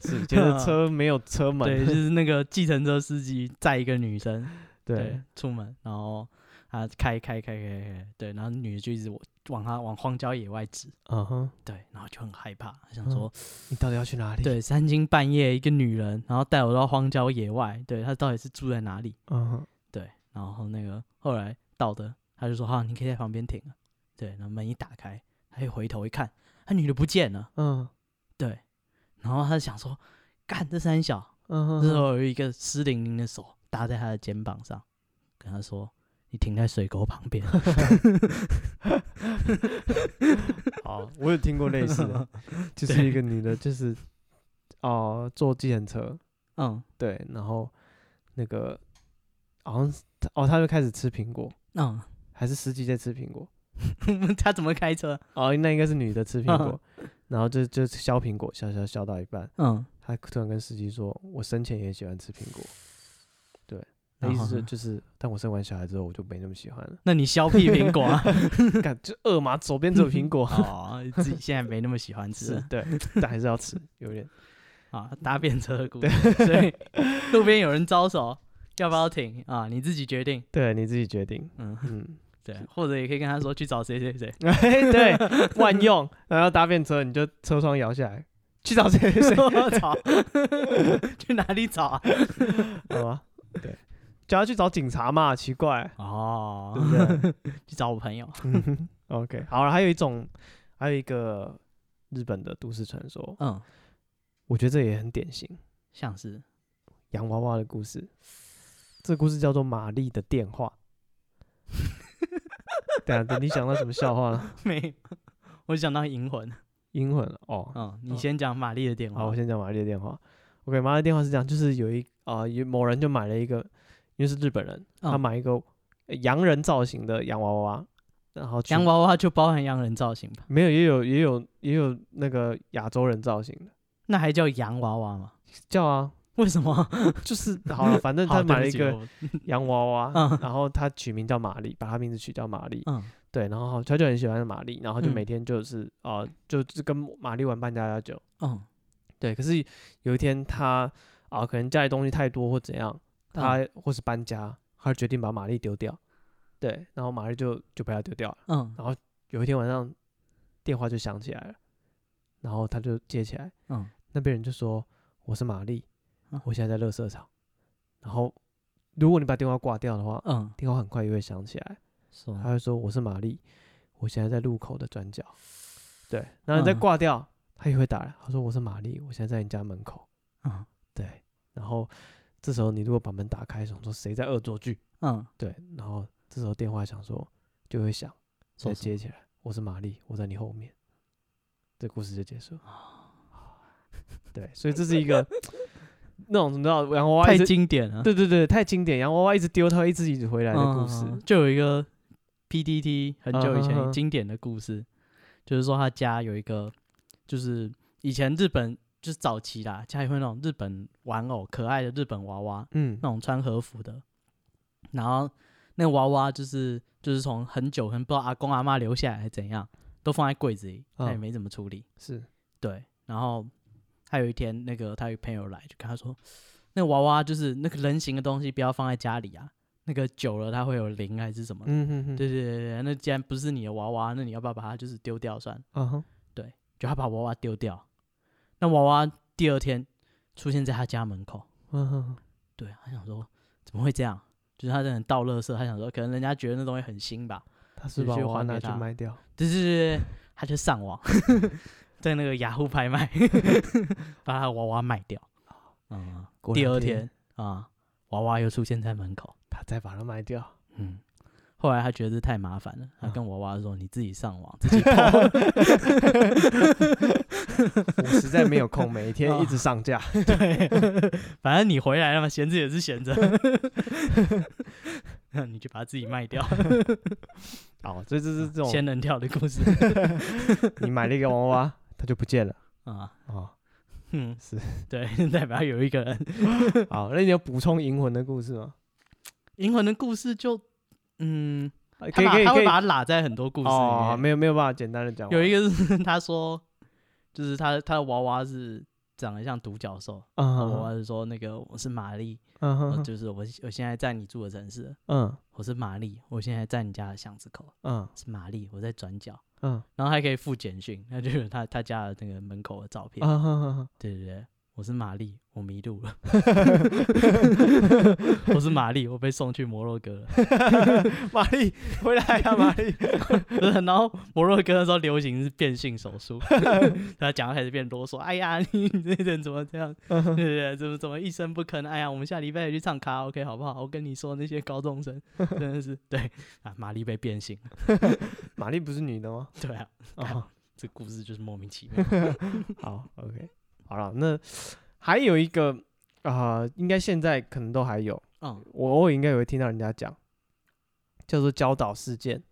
是觉得车没有车门，对，就是那个计程车司机载一个女生，对对，出门，然后啊开开开开开，对，然后女的就一直往往他往荒郊野外指，嗯哼，对，然后就很害怕，想说，你到底要去哪里？，对，三更半夜一个女人，然后带我到荒郊野外，对她到底是住在哪里？嗯哼，对，然后那个后来到的，他就说好，你可以在旁边停了，对，然后门一打开，他一回头一看，那女的不见了，嗯对，然后他就想说，干这三小。嗯哼，这时候有一个湿淋淋的手搭在他的肩膀上，跟他说：“你停在水沟旁 边。好，我有听过类似 的，就是一个女的，就是哦、坐计程车，”嗯对，然后那个好像是哦，她就开始吃苹果， 嗯，还是司机在吃苹果，他怎么开车？哦，那应该是女的吃苹 果，然后就就削苹果，削削削到一半。嗯，他突然跟司机说：“我生前也喜欢吃苹果。”对，那然意思后是呢就是，但我生完小孩之后，我就没那么喜欢了。 那你削屁苹果啊？感就饿嘛，手边只有苹 果，哦，自己现在没那么喜欢是吃 对，但还是要吃，有点啊，搭便车的故事。所以路边有人招手，要不要停啊？你自己决定。对，你自己决定。嗯， 嗯，对，或者也可以跟他说去找谁谁谁。对，万用，然后搭便车你就车窗摇下来，去找 谁 谁谁，我操，去哪里找啊？好吗？对，叫他去找警察嘛，奇怪，对哦，不对？ 去找我朋友。嗯哼 OK，好了，还有一种，还有一个日本的都市传说，嗯，我觉得这也很典型，像是洋娃娃的故事。这故事叫做《玛丽的电 话》。对啊，你想到什么笑话 了？没有，我想到银魂。英文哦，嗯，哦你先讲玛丽的电话。好，我先讲玛丽的电话。OK，玛丽的电话是这样，就是有一啊、有某人就买了一个，因为是日本人，他嗯买一个呃洋人造型的洋娃娃，然后去洋娃娃就包含洋人造型吧？没有也有也有也有那个亚洲人造型的，那还叫洋娃娃吗？叫啊，为什么？就是好了，反正他 好对买不了一起个我洋娃娃嗯，然后他取名叫玛丽，把他名字取叫玛丽，嗯对，然后他就很喜欢玛丽，然后就嗯每天就是啊，就是跟玛丽玩扮家家酒。嗯，对，可是有一天他啊，可能家里东西太多或怎样，他、嗯或是搬家，他决定把玛丽丢掉。对，然后玛丽就就被他丢掉了。嗯有一天晚上，电话就响起来了，然后他就接起来，嗯那边人就说：“我是玛丽嗯，我现在在垃圾场。”然后如果你把电话挂掉的话，嗯，电话很快又会响起来，说他会说：“我是玛丽，我现在在路口的转角。”对，然后你再嗯挂掉，他也会打来，他说：“我是玛丽，我现在在你家门口。”嗯对，然后这时候你如果把门打开，想说谁在恶作剧？嗯，对，然后这时候电话想说就会响，再说什么接起来，我是玛丽，我在你后面，这故事就结束。哦对，所以这是一 个那种你知道洋娃娃太一直经典了。对对对太经典，洋娃娃一直丢，它会一直一直回来的故事。嗯就有一个 PDT 很久以嗯嗯嗯前经典的故事，就是说他家有一个，就是以前日本就是早期啦，家里会那种日本玩偶，可爱的日本娃娃，嗯那种穿和服的，然后那个娃娃就是就是从很久很不知道阿公阿妈留下来还是怎样，都放在柜子里，他也嗯没怎么处理。是，对，然后他有一天，那个他有朋友来，就跟他说，那娃娃就是那个人形的东西，不要放在家里啊，那个久了它会有灵还是什么的。嗯哼哼，对对对对，那既然不是你的娃娃，那你要不要把它就是丢掉算了？啊哈，就他把娃娃丢掉，那娃娃第二天出现在他家门口， 嗯哼，对他想说怎么会这样？就是他在那倒垃圾，他想说可能人家觉得那东西很新吧，他是就把去娃娃还拿给去他卖掉，对对对对，他就上网， 在那个雅虎拍卖 把他的娃娃卖掉。嗯，果第哦然二天天啊、娃娃又出现在门口。他再把它卖 掉。嗯，后来他觉得这太麻烦了，他啊跟娃娃说：“你自己上网，自己跑。我实在没有空，每 啊天一直上架。” 对，反正你回来了嘛，闲着也是闲着， 那你就把自己 卖掉。哦，这这是这种仙人跳的故事你买了一个娃娃，它就不见了啊， 哦。嗯，是对， 代表有一个人好，那你有补充银魂的故事吗？银魂的故事就，嗯，啊可他以把可以他可会以。把它拉在很多故事里哦，面。没有没有办法简单的讲完。有一个个是 他说，就是他他的娃娃是长得像独角兽，娃嗯娃是说那个我是玛丽，嗯我哼就是我我现在在你住的城市，嗯我是玛丽，我现在在你家的巷子口，嗯是玛丽，我在转角。嗯然后还可以附简讯，那就是他他家的那个门口的照片。嗯哼对对对，我是玛丽，我迷路 了。我是玛丽，我被送去摩洛哥了。哼， 玛丽回来呀，玛丽。对然后摩洛哥那时候流行是变性手 术，他讲话开始变啰嗦。哎呀，你你这人怎么这样？嗯对哼对对，怎么怎么一声不吭？哎呀，我们下礼拜也去唱卡拉 OK 好不好？我跟你说，那些高中生嗯真的是对啊，玛丽被变性了。玛丽不是女的吗？对啊，哦，这故事就是莫名 其妙。好，OK，好了，那还有一个啊，应该现在可能都还有，嗯，我偶尔应该也会听到人家讲，叫做教导事件。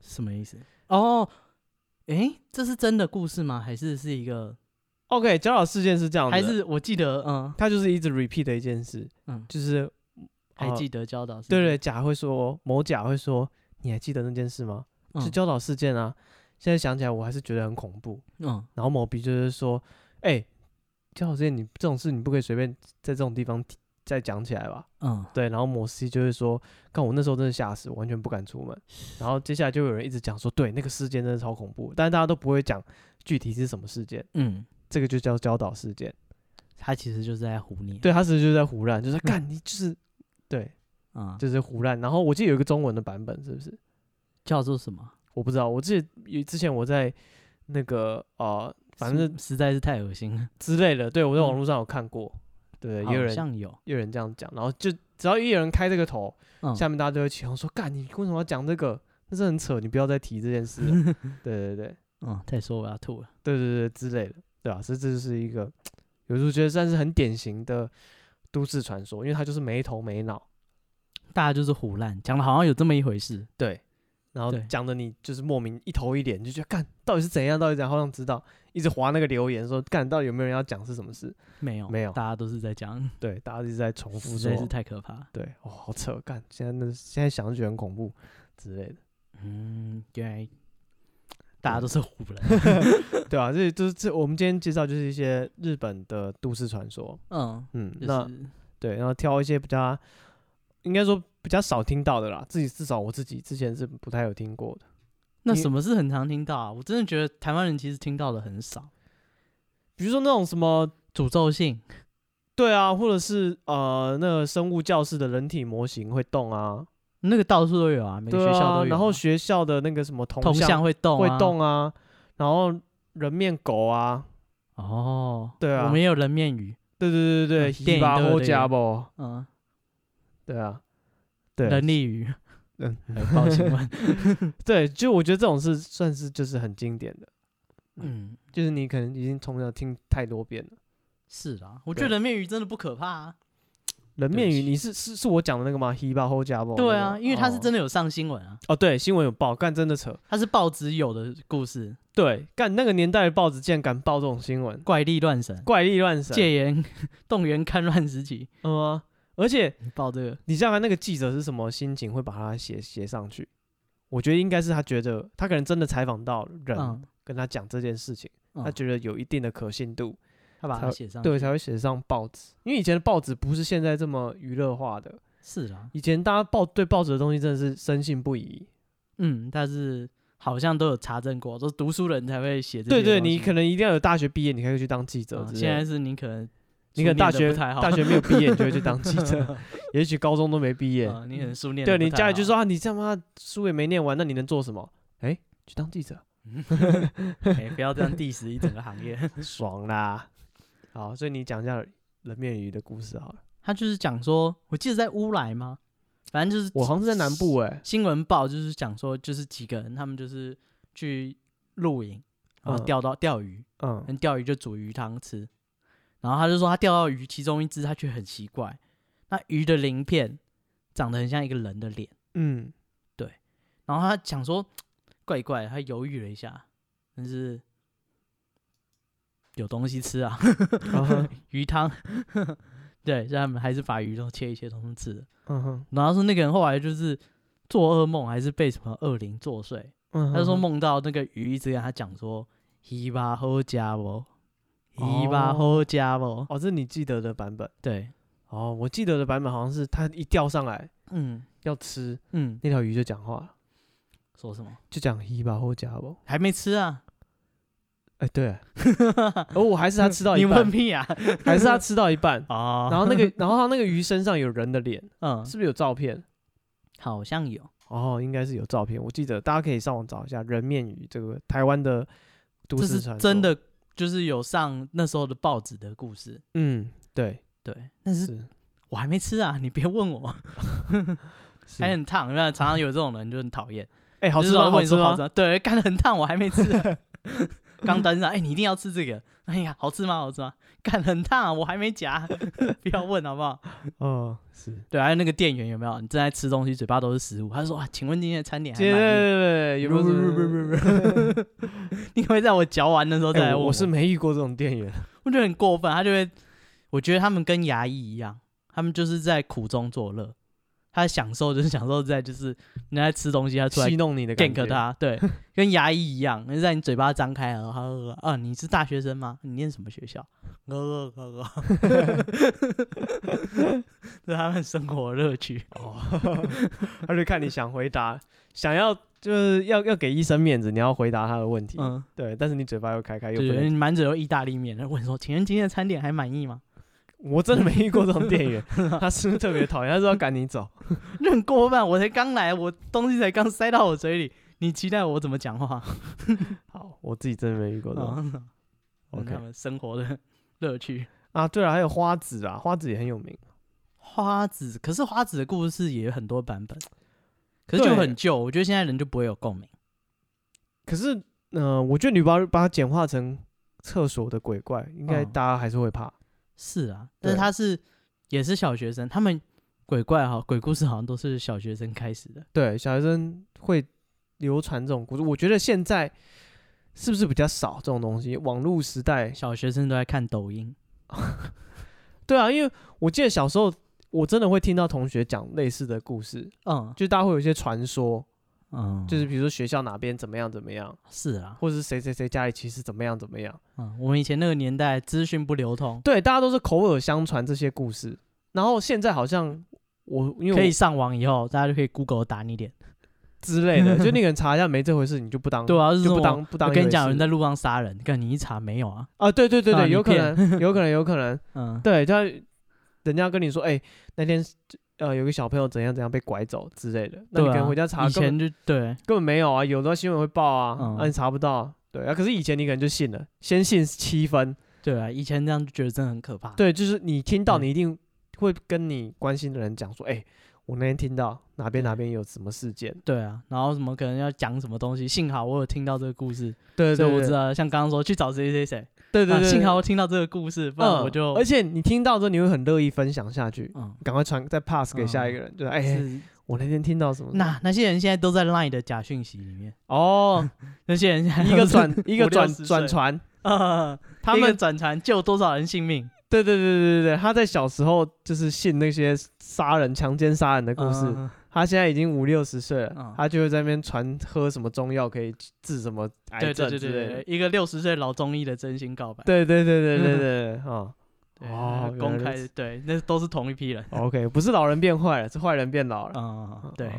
什么意思？哦，诶，这是真的故事吗？还是是一个？ OK，教导事件是这样的，还是我记得，嗯他就是一直 repeat 的一件事，嗯，就是还呃记得教导是对对，甲会说某甲会说，你还记得那件事吗？不是是，教导事件啊。现在想起来，我还是觉得很恐怖。嗯然后某 B 就是说，哎、教导事件你这种事你不可以随便在这种地方提再讲起来吧？嗯嗯对。然后某 C 就会说，看我那时候真的吓死，我完全不敢出门。然后接下来就有人一直讲说，对，那个事件真的超恐怖，但是大家都不会讲具体是什么事件，嗯，这个就叫教导事件。他其实就是在唬你，对他其实就是在胡乱，就是嗯干你就是对。啊，就是胡乱。然后我记得有一个中文的版本，是不是？叫做什么？我不知道，我记得有之前我在那个呃，反是正实在是太恶心了，之类的，对我在网嗯络上有看过，对，也有好人像有，也有人这样讲，然后就只要一有人开这个头，嗯下面大家都会起哄说：“干，你为什么要讲这个？那是很扯，你不要再提这件事了。” 对对对嗯，再说我要吐了，对对对之类的，对吧、所以这就是一个，有时候觉得算是很典型的都市传说，因为它就是没头没脑，大家就是胡乱讲的，好像有这么一回事。对，然后对讲的你就是莫名一头一脸，就觉得干到底是怎样，到底怎样，好想知道，一直划那个留言说干到底有没有人要讲是什么事？没有，没有哦大家都是在讲，对，大家一直在重复实说在，是太可怕了。对，哦，好扯，干，现在那现在想就觉得很恐怖之类的。嗯，原来大家对都是胡人。 对啊，这就是这我们今天介绍就是一些日本的都市传说， 嗯，嗯，就那是对，然后挑一些比较应该说比较少听到的啦，自己至少我自己之前是不太有听过的，那你什么是很常听到啊？我真的觉得台湾人其实听到的很少，比如说那种什么。诅咒性。对啊，或者是呃，那个生物教室的人体模型会动啊，那个到处都有啊，每个对学校都有啊、啊，然后学校的那个什么铜铜像像会动、会动啊，然后人面狗啊，哦，对啊我们也有人面鱼，对对对对嗯对，电影都有后这家个不？嗯，对啊，对人力鱼，嗯，哎抱歉问，对，就我觉得这种是算是就是很经典的， 嗯，就是你可能已经从小听太多遍了。是啦，我对觉得人面鱼真的不可怕啊，人对不面鱼，起你是是是我讲的那个吗？黑巴后家不？对啊，因为它是真的的有上新闻啊，哦，对，新闻有报，干真的扯，它是报纸有的故事，对，干那个年代的报纸竟然敢报这种新闻，怪力乱神，怪力乱神，戒严 动员戡乱时期，嗯啊，而且报这个，你知道他那个记者是什么心情会把它写写上去？我觉得应该是他觉得他可能真的采访到人嗯，跟他讲这件事情，嗯他觉得有一定的可信度，他把才它写上，对，，才会写上报纸。因为以前的报纸不是现在这么娱乐化的，是啦，以前大家报对报纸的东西真的是深信不疑。嗯，但是好像都有查证过，都是读书人才会写这些对东西，对，你可能一定要有大学毕业，你才可以去当记者嗯之现类在的。是你可能你可能大书学念得不太好大学没有毕业，你就会去当记 者，也许高中都没毕业，嗯，你很书念得对不你太家里好就说啊，你这妈书也没念完，那你能做什么？哎、去当记者，哎，不要这样 diss 一整个行业。 爽啦！好，所以你讲一下人面鱼的故事好了。他就是讲说，我记得在乌来吗？反正就是我好像是在南部哎、新闻报，就是讲说，就是几个人他们就是去露营，然后嗯钓到钓鱼，嗯，跟钓鱼就煮鱼汤吃。然后他就说他钓到鱼，其中一只他觉得很奇怪，那鱼的鳞片长得很像一个人的脸。嗯，然后他想说怪怪的，他犹豫了一下，但是有东西吃啊，嗯哼， 鱼汤。 对，所以他们还是把鱼都切一切，通通吃了。嗯哼，然后说那个人后来就是做噩梦，还是被什么恶灵作祟，嗯哼他就说，梦到那个鱼一直跟他讲说“伊巴好家不，伊巴好家不哦，这是你记得的版本”，对，哦，我记得的版本好像是他一钓上来嗯要吃嗯，那条鱼就讲话了，说什么就讲一吧或加不，还没吃啊？哎、 对，而我还是他吃到一你问半，屁啊？，还是他吃到一半 哦，然后那个然后他那个鱼身上有人的脸，嗯，是不是有照片？好像有，哦，应该是有照片，我记得大家可以上网找一下人面鱼这个台湾的都这市是传说。真，的，就是有上那时候的报纸的故事。嗯，对，对，但是是我还没吃啊，你别问我，是，还哎、很烫，那常常有这种人就很讨厌。好吃就是吗？老板好问吃说好吗吃？吗？对，干的很烫，我还没吃 啊。刚登上，哎、你一定要吃这个。哎呀，好吃吗？好吃吗？干得很烫、啊，我还没夹， 不要问好不好？哦，是。对，还有那个店员有没有？你正在吃东西，嘴巴都是食物。他就说啊，请问今天的餐点还对对满意？对对，有没有不什么？不不不不，你可不可以在我嚼完的时候再哎来问我我我是没遇过这种店 员。我觉得很过分，他就会，我觉得他们跟牙医一样，他们就是在苦中作乐，他享受就是享受在就是你在吃东西，他出来戏弄你的感 gank 觉，他， 对，跟牙医一样，在你嘴巴张开，然后他呃啊，你是大学生吗？你念什么学校？呃呃呃呃， 这是他们生活 乐趣。哦，他就看你想回答，想要就是要要给医生面子，你要回答他的问题，嗯，对，但是你嘴巴又开开又就不是能，满嘴都意大利面，然后问说：“请问今天的餐点还满意吗我真的没遇过这种 店员，他是不是特别讨厌？他说要赶你走，？”就很过分，我才刚来，我东西才刚塞到我嘴里，你期待我怎么讲话？好，我自己真的没遇过这种。嗯，嗯 OK 他们生活的乐趣。啊，对了，还有花子啊，花子也很有名。花子，可是花子的故事也有很多版本，可是就对很旧，我觉得现在人就不会有共鸣。可是，呃，我觉得你把把它简化成厕所的鬼怪，应该嗯大家还是会怕。是啊，但是对他是也是小学生，他们鬼怪好，鬼故事好像都是小学生开始的。对，小学生会流传这种故事，我觉得现在是不是比较少这种东西？网络时代，小学生都在看抖音，对啊，因为我记得小时候我真的会听到同学讲类似的故事，嗯就大家会有一些传说，嗯，就是比如说学校哪边怎么样怎么样，是啊，或者是谁谁谁家里其实怎么样怎么样，嗯，我们以前那个年代资讯不流通，对，大家都是口耳相传这些故事。然后现在好像我因为我可以上网以后，大家就可以 Google 打你脸。之类 的，就那个人查一下没这回事，你就不当对啊，就是嗯就不我当不当一我回事。跟你讲，有人在路上杀人，看你一查没有啊？啊，对对对啊对，你有可骗能 有可能有可能，嗯，对，他人家跟你说，哎，那天呃有个小朋友怎样怎样被拐走之类的，那你可对啊，能回家查以根本前就对，根本没有啊，有的新闻会报啊嗯，啊你查不到，对啊，可是以前你可能就信了，先信七分，对啊，以前这样就觉得真的很可怕。，对，就是你听到，啊嗯你一定会跟你关心的人讲说，哎，我那天听到哪边哪边有什么事件，对啊，然后什么可能要讲什么东西，幸好我有听到这个故事，对所对，以我知道，道，像刚刚说去找谁谁谁，对对啊对，幸好我听到这个故事，不然嗯，我就而且你听到之后，你会很乐意分享下去，嗯，赶快传再 pass 给下一个人，就是哎、是我那天听到什么那那些人现在都在 LINE 的假讯息里面， 哦，那些人现在一个都是转一个五转六十岁转传， 呃，他一个们转传救多少人性命？对对对对对对，他在小时候就是信那些杀人、强奸、杀人的故事，嗯他现在已经五六十岁了，嗯他就会在那边传喝什么中药可以治什么癌对对症对之对类对的，，一个六十岁老中医的真心告 白，对对对对对 对，哦对呃 哦原来公如开此的对，那都是同一批人。 ，OK，不是老人变坏了，是坏人变老了。嗯，对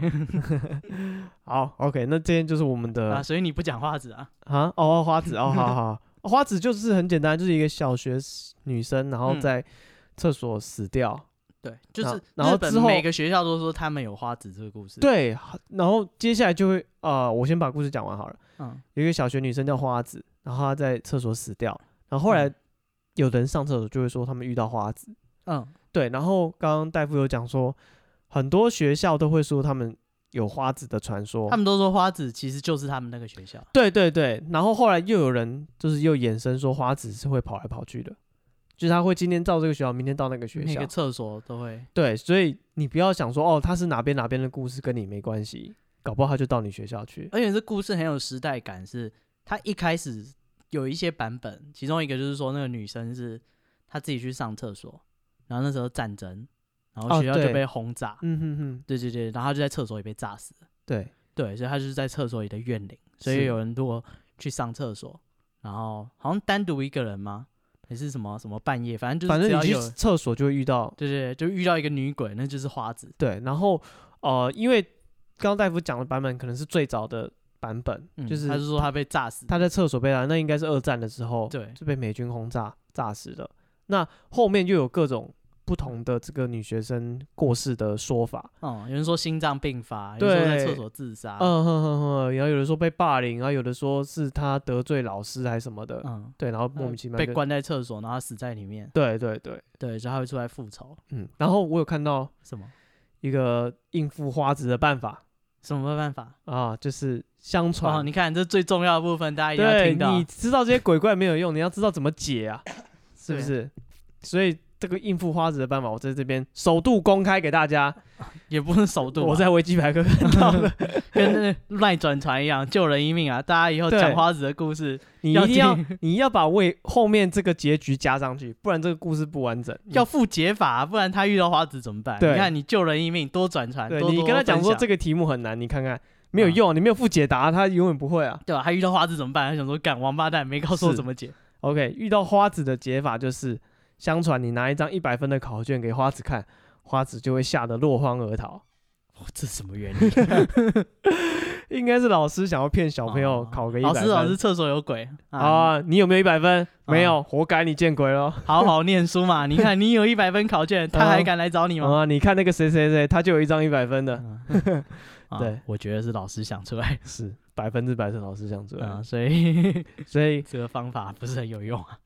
哦 好，OK，那今天就是我们的啊，所以你不讲话子啊？啊，哦，花子，哦，好好， 好花子就是很简单，就是一个小学 s- 女生，然后嗯在厕所死掉。对，就那是然后日本之后每个学校都说他们有花子这个故事。，对，好然后接下来就会，呃，我先把故事讲完好了。嗯，有一个小学女生叫花子，然后她在厕所死掉，然后后来嗯有的人上厕所就会说他们遇到花子。嗯，对，然后刚刚戴夫有讲说，很多学校都会说他们有花子的传说他。们都说花子其实就是他们那个学校。对对对，然后后来又有人就是又衍生说花子是会跑来跑去的，就是他会今天到这个学校，明天到那个学每校个，厕所都会，对，所以你不要想说哦，他是哪边哪边的故事跟你没关系，搞不好他就到你学校去。而且这故事很有时代感，是它一开始有一些版本，其中一个就是说那个女生是她自己去上厕所，然后那时候战争，然后哦学校就对被轰炸，嗯哼哼，对对对，然后她就在厕所里被炸死了，对，对，所以她就是在厕所里的怨灵，所以是有人如果去上厕所，然后好像单独一个人吗？还是什么什么半夜，反正就是反只正要你去有厕所就会遇到对对，对就遇到一个女鬼，那就是花子，对，然后呃，因为刚刚大夫讲的版本可能是最早的版本，嗯就是她就说她被炸死，他在厕所被打，那应该是二战的时候，对就被美军轰炸炸死的。那后面又有各种不同的这个女学生过世的说法，嗯，有人说心脏病发，有人说在对厕所自杀，嗯哼哼哼，然后有人说被霸凌，然后有的说是他得罪老师还是什么的，嗯对，然后莫名其妙被就关在厕所，然后他死在里面，对对对，对，所以他会出来复仇，嗯，然后我有看到什么一个应付花子的办法什么办法？啊，就是相传，哦，你看这最重要的部分，大家一定要对，听到你，知道这些鬼怪没有用，你要知道怎么解啊，是不对啊是？所以这个应付花子的办法，我在这边首度公开给大家，也不是首度啊，我在维基百科看到的，跟那赖转传一样，救人一命啊！大家以后对嗯讲花子的故事你要一定要听你要把为后面这个结局加上去，不然这个故事不完整。要附解法啊、不然他遇到花子怎么办？对你看你救人一命，多转传，对多你跟他讲说这个，个题目很难，你看看没有嗯用，你没有附解答，他永远不会啊。对吧、他遇到花子怎么办？他想说，干王八蛋，没告诉我是怎么解。 OK，遇到花子的解法就是，相传你拿一张一百分的考卷给花子看，花子就会吓得落荒而逃。哦这什么原 理？应该是老师想要骗小朋友哦考个一百老分。师，老师，厕所有鬼啊！啊，你有没有一百分？没有，活该你见鬼咯。好好念书嘛！你看你有一百分 考卷，他还敢来找你吗？啊，你看那个谁谁谁，他就有一张一百分 的，嗯啊对我觉得是老师想出来是百分之百是老师想出的，来啊，的。所以所以这个方法不是很有用啊。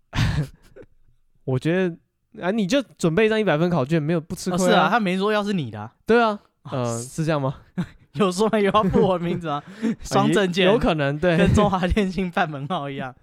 我觉得。啊，你就准备一张一百分考卷，没有不吃哦亏是啊，他没说要是你的啊，对啊，啊呃，是这样吗？有说有要付我名字吗？哦双啊也证件有可能对，跟中华电信办门号一样，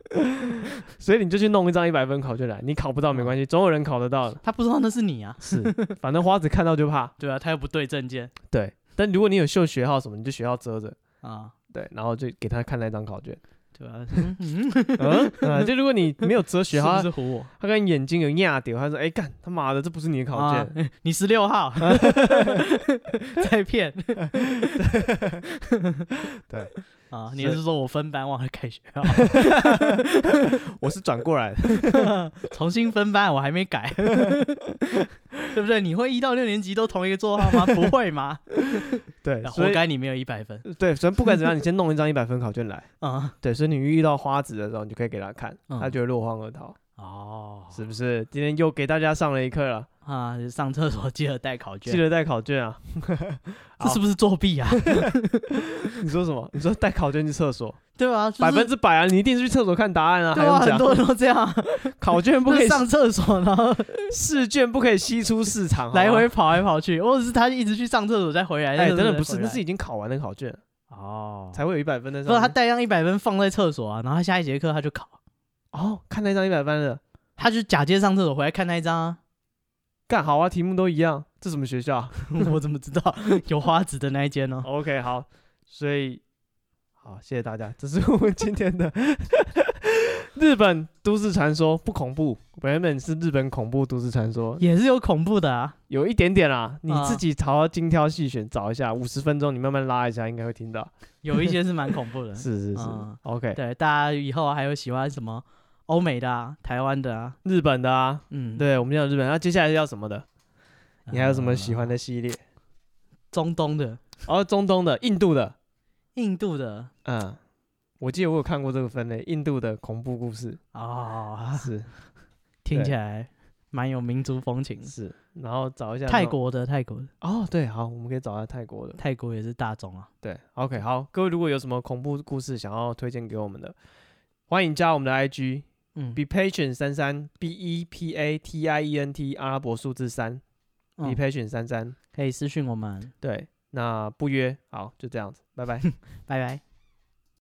所以你就去弄一张一百分考卷来，你考不到没关系，总有人考得到的。他不知道那哦 是你啊。是，反正花子看到就怕。对啊，他又不对证件对，但如果你有秀学号什么，你就学号遮着。啊，对，然后就给他看那张 考卷。对啊，嗯嗯嗯，呃就如果你没有遮学是号，不他是唬我？他跟眼睛有压掉，他说：“哎、干他妈的，这不是你的考卷。啊哎你十六号，在骗。对，啊，所你以是说我分班忘了改学号，我是转过来的。 重新分班，我还没改，对不对？你会一到六年级都同一个座 号吗？不会吗？对，啊所活以该你没有一百分对，所以不管怎么样，你先弄一张一百分考卷来。啊！对，所以你遇到花子的时候，你就可以给他看，他嗯就会落荒而逃，哦，是不是？今天又给大家上了一课了，啊，上厕所记得带考记卷，得带考卷啊。 这是不是作弊啊？你说什么？你说带考卷去厕所， 对啊，就是百分之百啊！你一定是去厕所看答案啊，还对啊，用很讲？多人都这样，考卷不可就以是上厕所，然后试卷不可以吸出市场，来好吗回。跑来跑去，或者是他一直去上厕所再回来。哎，再等等，再不是，回那来是已经考完的考卷，哦，才会有一百分的。不是他带上一百分放在厕所啊，然后他下一节课他就考，哦，看那张一百分的，他就假借上厕所回来看那一张 啊。干好啊，题目都一样，这什么学校啊我怎么知道有花子的那一 间呢？哦？OK，好，所以好，谢谢大家，这是我们今天的日本都市传说，不恐怖，原本是日本恐怖都市传说，也是有恐怖的啊。有一点点啦，你啊自己好好精挑细选找一下，五十分钟你慢慢拉一下，应该会听到。 有一些 是蛮恐怖的。是是是嗯，OK，对，大家以后还有喜欢什么欧美的啊、台湾的啊，日本的啊，嗯，，对我们讲日本，那接下来要什么的？你还有什么喜欢的？的系列？呃中东的、哦，中东的、印度的，印度的嗯，我记得我有看过这个分类，印度的恐怖故事哦，是听起来蛮有民族风情的。是，然后找一下那泰种国的，泰国的，哦，对，好，我们可以找一下泰国的，泰国也是大众啊。对，OK，好，各位如果有什么恐怖故事想要推荐给我们的，欢迎加我们的 IG 嗯 be patient 三三 b e p a t i e n t 阿拉伯数字三 be 嗯 patient 三三，可以私讯我们，对，那不约，好，就这样子，拜拜。拜拜。